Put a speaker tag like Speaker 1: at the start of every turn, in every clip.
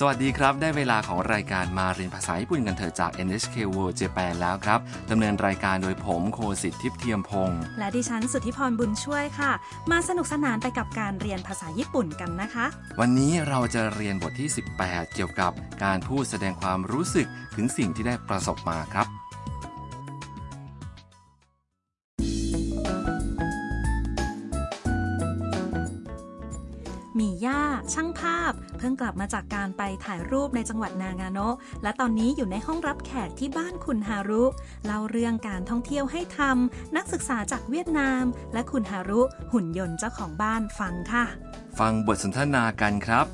Speaker 1: สวัสดีครับ ได้เวลาของรายการมาเรียนภาษาญี่ปุ่นกันเถอะจาก NHK World Japan แล้วครับดำเนินรายการโดยผมโคสิทธิ์ทิพย์เทียมพงศ์
Speaker 2: และดิฉันสุทธิพรบุญช่วยค่ะ มาสนุกสนานไปกับการเรียนภาษาญี่ปุ่นกันนะคะ
Speaker 1: วันนี้เราจะเรียนบทที่ 18 เกี่ยวกับการพูดแสดงความรู้สึกถึงสิ่งที่ได้ประสบมาครับ
Speaker 2: มีย่าช่างภาพ เพิ่งกลับมาจากการไปถ่ายรูปในจังหวัดนางาโนะและตอนนี้อยู่ในห้องรับแขกที่บ้านคุณฮารุเล่าเรื่องการท่องเที่ยวให้ทำนักศึกษาจากเวียดนาม และคุณฮารุหุ่นยนต์เจ้าของบ้านฟังค่ะ
Speaker 1: ฟังบทสนทนากันครับ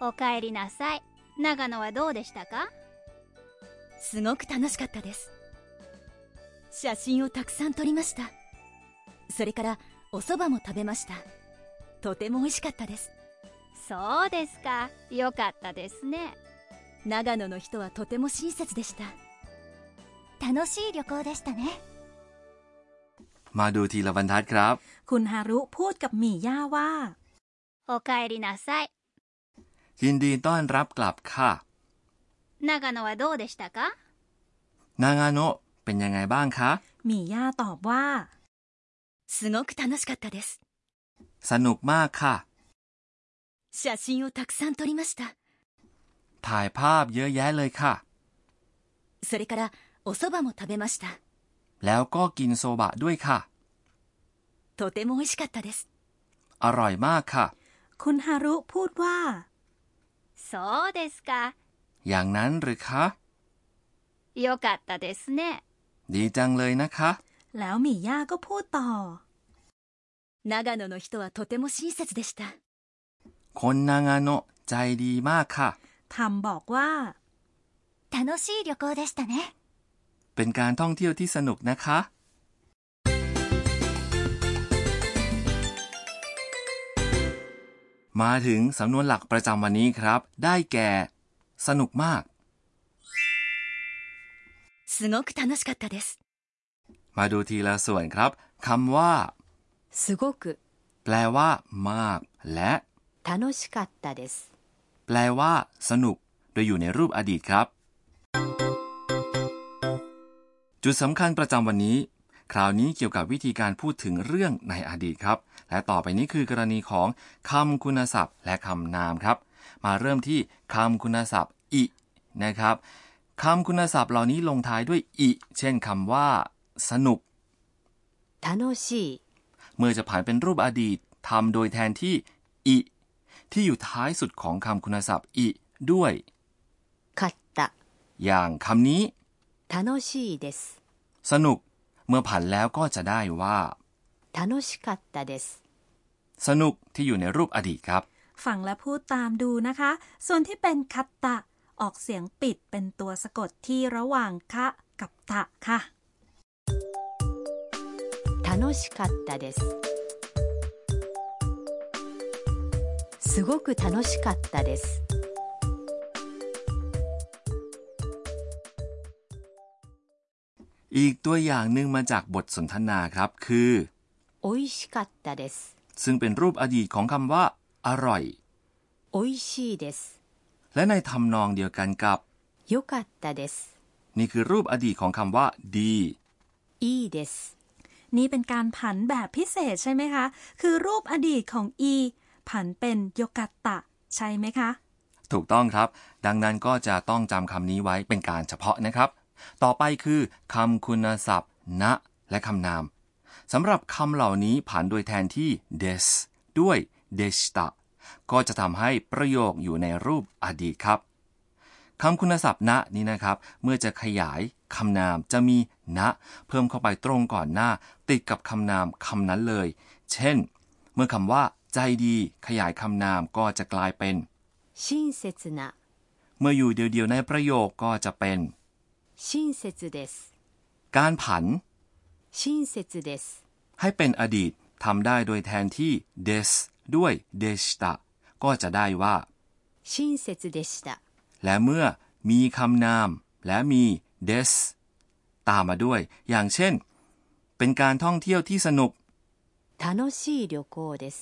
Speaker 3: おかえりなさい長野はどうでしたか
Speaker 4: すごく楽しかったです写真をたくさん撮りましたそれからお蕎麦も食べましたとても美味しかったです
Speaker 3: そうですかよかったですね
Speaker 4: 長野の人はとても親切でした
Speaker 3: 楽しい旅行でしたね
Speaker 1: มาดูทีละบรรทัดครับ
Speaker 2: คุณฮารุพูดกับหมี่ย่าว่า
Speaker 3: おかえりなさい
Speaker 1: ยินดีต้อนรับกลับค่ะ
Speaker 3: 長野はどうでしたか
Speaker 1: นางาโนะเป็นยังไงบ้างคะ
Speaker 2: หมี่ย่าตอบว่า
Speaker 4: すごく楽しかったです
Speaker 1: สนุกมากค่ะ
Speaker 4: 写真をたくさん撮りました
Speaker 1: ถ่ายภาพเยอะแยะเลยค่ะ
Speaker 4: それからお蕎麦も食べました
Speaker 1: แล้วก็กินโซบะด้วยค่ะ
Speaker 4: とても美味しかったです
Speaker 1: อร่อยมากค่ะ
Speaker 2: คุณฮารุพูดว่า
Speaker 3: そうですか
Speaker 1: อย่างนั้นหรือคะ
Speaker 3: よかったですね
Speaker 1: ดีจังเลยนะคะ
Speaker 2: แล้วหมี่ย่าก็พูดต่อ
Speaker 4: 長野の人はとても親切でした
Speaker 1: คนนางาโนะใจดีมากค่ะ
Speaker 2: ทำบอกว่า
Speaker 3: 楽しい旅行でしたね
Speaker 1: เป็นการท่องเที่ยวที่สนุกนะคะ มาถึงสำนวนหลักประจำวันนี้ครับ ได้แก่ สนุกมาก
Speaker 4: すごく楽しかったです
Speaker 1: มาดูทีละส่วนครับคำว่า
Speaker 4: すごく
Speaker 1: แปลว่า มาก และ
Speaker 4: 楽しかったです
Speaker 1: แปลว่า สนุก โดยอยู่ในรูปอดีตครับ จุดสำคัญประจำวันนี้ คราวนี้เกี่ยวกับวิธีการพูดถึงเรื่องในอดีตครับ และต่อไปนี้คือกรณีของคำคุณศัพท์ และคำนามครับ มาเริ่มที่คำคุณศัพท์ อิ นะครับคำคุณศัพท์เหล่านี้ลงท้ายด้วย อิ เช่นคำว่า สนุก
Speaker 4: 楽しい
Speaker 1: เมื่อจะผ่านเป็นรูปอดีตทำโดยแทนที่ อิ ที่อยู่ท้ายสุดของคำคุณศัพท์ อิ ด้วย
Speaker 4: かった
Speaker 1: อย่างคำนี้
Speaker 4: 楽しいです
Speaker 1: สนุก เมื่อผันแล้วก็จะได้ว่า
Speaker 4: 楽しかったです
Speaker 1: สนุกที่อยู่ในรูปอดีตครับ
Speaker 2: ฟังและพูดตามดูนะคะ ส่วนที่เป็นคัตตะ ออกเสียงปิดเป็นตัวสะกดที่ระหว่างคะกับตะค่ะ
Speaker 4: 楽しかったですすごく楽しかったです
Speaker 1: อีกตัวอย่างหนึ่งมาจากบทสนทนาครับคือ
Speaker 4: 美味しかったです
Speaker 1: ซึ่งเป็นรูปอดีตของคำว่า อร่อย
Speaker 4: 美味しいです
Speaker 1: และในทำนองเดียวกันกับ
Speaker 4: 良かったです
Speaker 1: นี่คือรูปอดีตของคำว่า ดี
Speaker 4: いいです
Speaker 2: นี่เป็นการผันแบบพิเศษใช่ไหมคะ คือรูปอดีตของอี ผันเป็นโยกัตตะ ใช่ไหมคะ
Speaker 1: ถูกต้องครับ ดังนั้นก็จะต้องจำคำนี้ไว้เป็นการเฉพาะนะครับ ต่อไปคือคำคุณศัพท์ ณ และคำนามสำหรับคำเหล่านี้ผันโดยแทนที่ des ด้วย deshita ก็จะทำให้ประโยคอยู่ในรูปอดีตครับคำคุณศัพท์ ณ นี้นะครับ เมื่อจะขยายคำนามจะมี ณ เพิ่มเข้าไปตรงก่อนหน้า ติดกับคำนามคำนั้นเลย เช่น เมื่อคำว่า ใจดี ขยายคำนามก็จะกลายเป็น
Speaker 4: 親切な
Speaker 1: เมื่ออยู่เดียวๆในประโยคก็จะเป็น
Speaker 4: 親切です
Speaker 1: การผัน
Speaker 4: 親切です
Speaker 1: ให้เป็นอดีตทำได้โดยแทนที่ des ด้วย deshita ก็จะได้ว่า
Speaker 4: 親切でした
Speaker 1: และเมื่อมีคำนามและมี des ตามมาด้วย อย่างเช่น เป็นการท่องเที่ยวที่สนุก
Speaker 4: 楽しい旅行です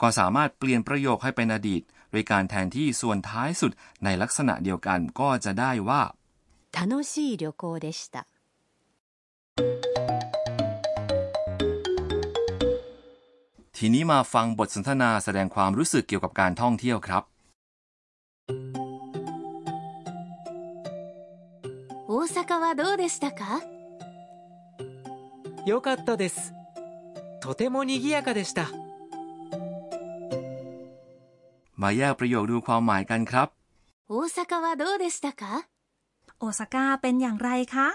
Speaker 1: ก็สามารถเปลี่ยนประโยคให้เป็นอดีต โดยการแทนที่ส่วนท้ายสุดในลักษณะเดียวกันก็จะได้ว่า
Speaker 4: 楽しい旅行でした
Speaker 1: ทีนี้มาฟังบทสนทนาแสดงความรู้สึกเกี่ยวกับการท่องเที่ยวครับ
Speaker 3: 大阪はどうでしたか
Speaker 5: 良かったですとても賑やかでした
Speaker 1: มาแยกประโยคดูความหมายกันครับ
Speaker 3: 大阪はどうでしたか
Speaker 2: โอซาก้าเป็นอย่างไรคะ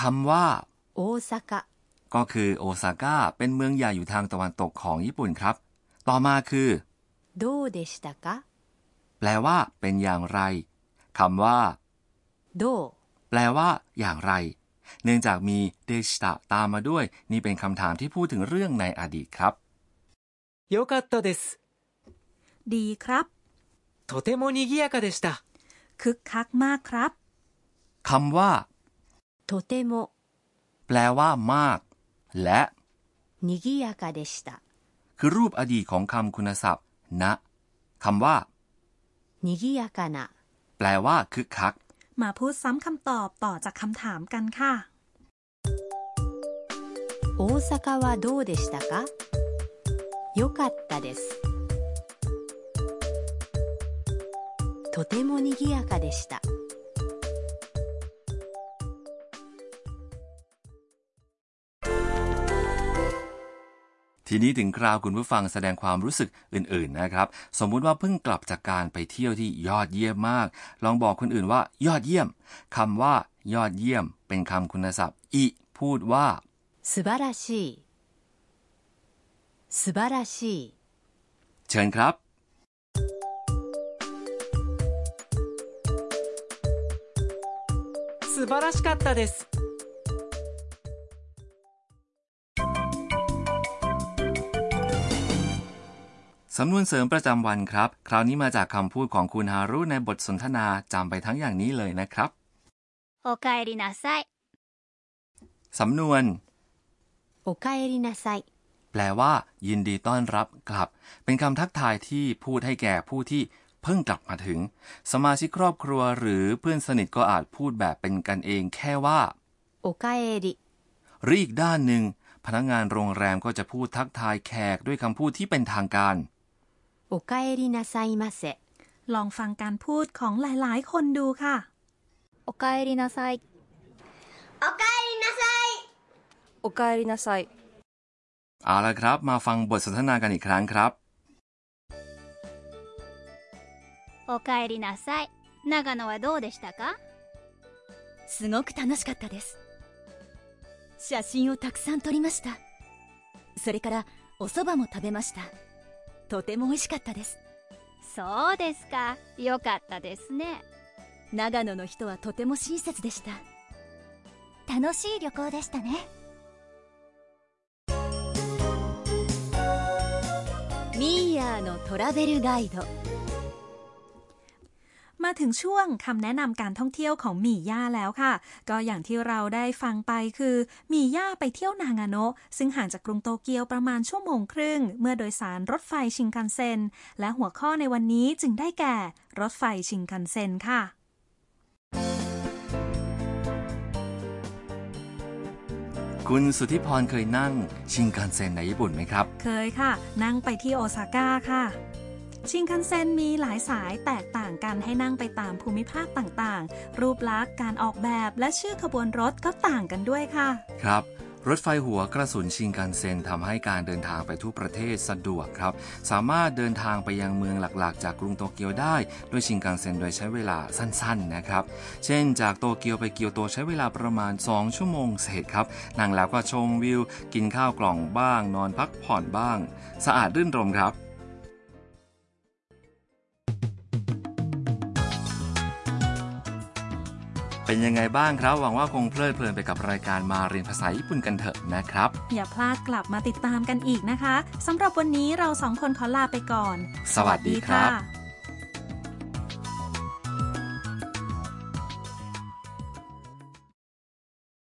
Speaker 1: คำว่า
Speaker 4: 大阪
Speaker 1: ก็คือโอซาก้าเป็นเมืองใหญ่อยู่ทางตะวันตกของญี่ปุ่นครับ ต่อมาคือ
Speaker 4: どうでしたか
Speaker 1: แปลว่า เป็นอย่างไรคำว่า
Speaker 4: どう
Speaker 1: แปลว่า อย่างไร เนื่องจากมีเดชิตะตามมาด้วย นี่เป็นคำถามที่พูดถึงเรื่องในอดีตครับ
Speaker 5: 良かったです
Speaker 2: ดีครับ
Speaker 5: とても賑やかでした
Speaker 2: คึกคักมากครับ
Speaker 1: คำว่า
Speaker 4: とても
Speaker 1: แปลว่า มาก และ
Speaker 4: 賑やかでした
Speaker 1: คือรูปอดีตของคำคุณศัพท์ นะคำว่า
Speaker 4: 賑やかな
Speaker 1: แปลว่า คึกคัก
Speaker 2: มาพูดซ้ำคำตอบต่อจากคำถามกันค่ะ
Speaker 4: 大阪はどうでしたか良かったですとても賑やかでした
Speaker 1: ทีนี้ถึงคราวคุณผู้ฟังแสดงความรู้สึกอื่นๆนะครับ สมมุติว่าเพิ่งกลับจากการไปเที่ยวที่ยอดเยี่ยมมาก ลองบอกคนอื่นว่า ยอดเยี่ยมคำว่า ยอดเยี่ยม เป็นคำคุณศัพท์ อิ พูดว่า
Speaker 4: 素晴らしい素晴らしい
Speaker 1: เชิญครับ
Speaker 5: 素晴らしかったです
Speaker 1: สำนวนเสริมประจำวันครับ คราวนี้มาจากคำพูดของคุณฮารุในบทสนทนาจำไปทั้งอย่างนี้เลยนะครับ
Speaker 3: おかえりなさい
Speaker 1: สำนวน
Speaker 4: おかえりなさい
Speaker 1: แปลว่า ยินดีต้อนรับกลับ เป็นคำทักทายที่พูดให้แก่ผู้ที่เพิ่งกลับมาถึง สมาชิกครอบครัวหรือเพื่อนสนิทก็อาจพูดแบบเป็นกันเอง แค่ว่า
Speaker 4: おかえり
Speaker 1: หรืออีกด้านหนึ่ง พนักงานโรงแรมก็จะพูดทักทายแขกด้วยคำพูดที่เป็นทางการ
Speaker 4: おかえりなさいませ
Speaker 2: ลองฟังการพูดของหลายๆ คนดูค่ะ
Speaker 3: おかえりなさい
Speaker 6: おかえりなさい
Speaker 1: เอาละครับ มาฟังบทสนทนากันอีกครั้งครับ
Speaker 3: おかえりなさい長野はどうでしたか
Speaker 4: すごく楽しかったです写真をたくさん撮りましたそれからお蕎麦も食べましたとても美味しかったです
Speaker 3: そうですかよかったですね
Speaker 4: 長野の人はとても親切でした
Speaker 3: 楽しい旅行でしたね
Speaker 4: ミーヤーのトラベルガイド
Speaker 2: มาถึงช่วงคำแนะนำการท่องเที่ยวของหมี่ย่าแล้วค่ะ ก็อย่างที่เราได้ฟังไปคือหมี่ย่าไปเที่ยวนางาโนะซึ่งห่างจากกรุงโตเกียวประมาณชั่วโมงครึ่ง เมื่อโดยสารรถไฟชิงคันเซ็น และหัวข้อในวันนี้จึงได้แก่ รถไฟชิงคันเซ็นค่ะ
Speaker 1: คุณสุทธิพรเคยนั่งชิงคันเซ็นในญี่ปุ่นไหมครับ
Speaker 2: เคยค่ะ นั่งไปที่โอซาก้าค่ะ ชิงคันเซ็นมีหลายสายแตกต่างกันให้นั่งไปตามภูมิภาคต่างๆ รูปลักษณ์การออกแบบและชื่อขบวนรถก็ต่างกันด้วยค่ะ
Speaker 1: ครับ รถไฟหัวกระสุนชิงกันเซ็นทำให้การเดินทางไปทั่วประเทศสะดวกครับ สามารถเดินทางไปยังเมืองหลักๆ จากกรุงโตเกียวได้ด้วยชิงกันเซ็นโดยใช้เวลาสั้นๆนะครับ เช่น จากโตเกียวไปเกียวโตใช้เวลาประมาณ 2 ชั่วโมงเศษครับนั่งแล้วก็ชมวิว กินข้าวกล่องบ้าง นอนพักผ่อนบ้าง สะอาดรื่นรมย์ครับ เป็นยังไงบ้างครับ หวังว่าคงเพลิดเพลินไปกับรายการมาเรียนภาษาญี่ปุ่นกันเถอะนะครับ
Speaker 2: อย่าพลาดกลับมาติดตามกันอีกนะคะ สำหรับวันนี้เราสองคนขอลาไปก่อน
Speaker 1: สวัสดีครับ
Speaker 2: ะ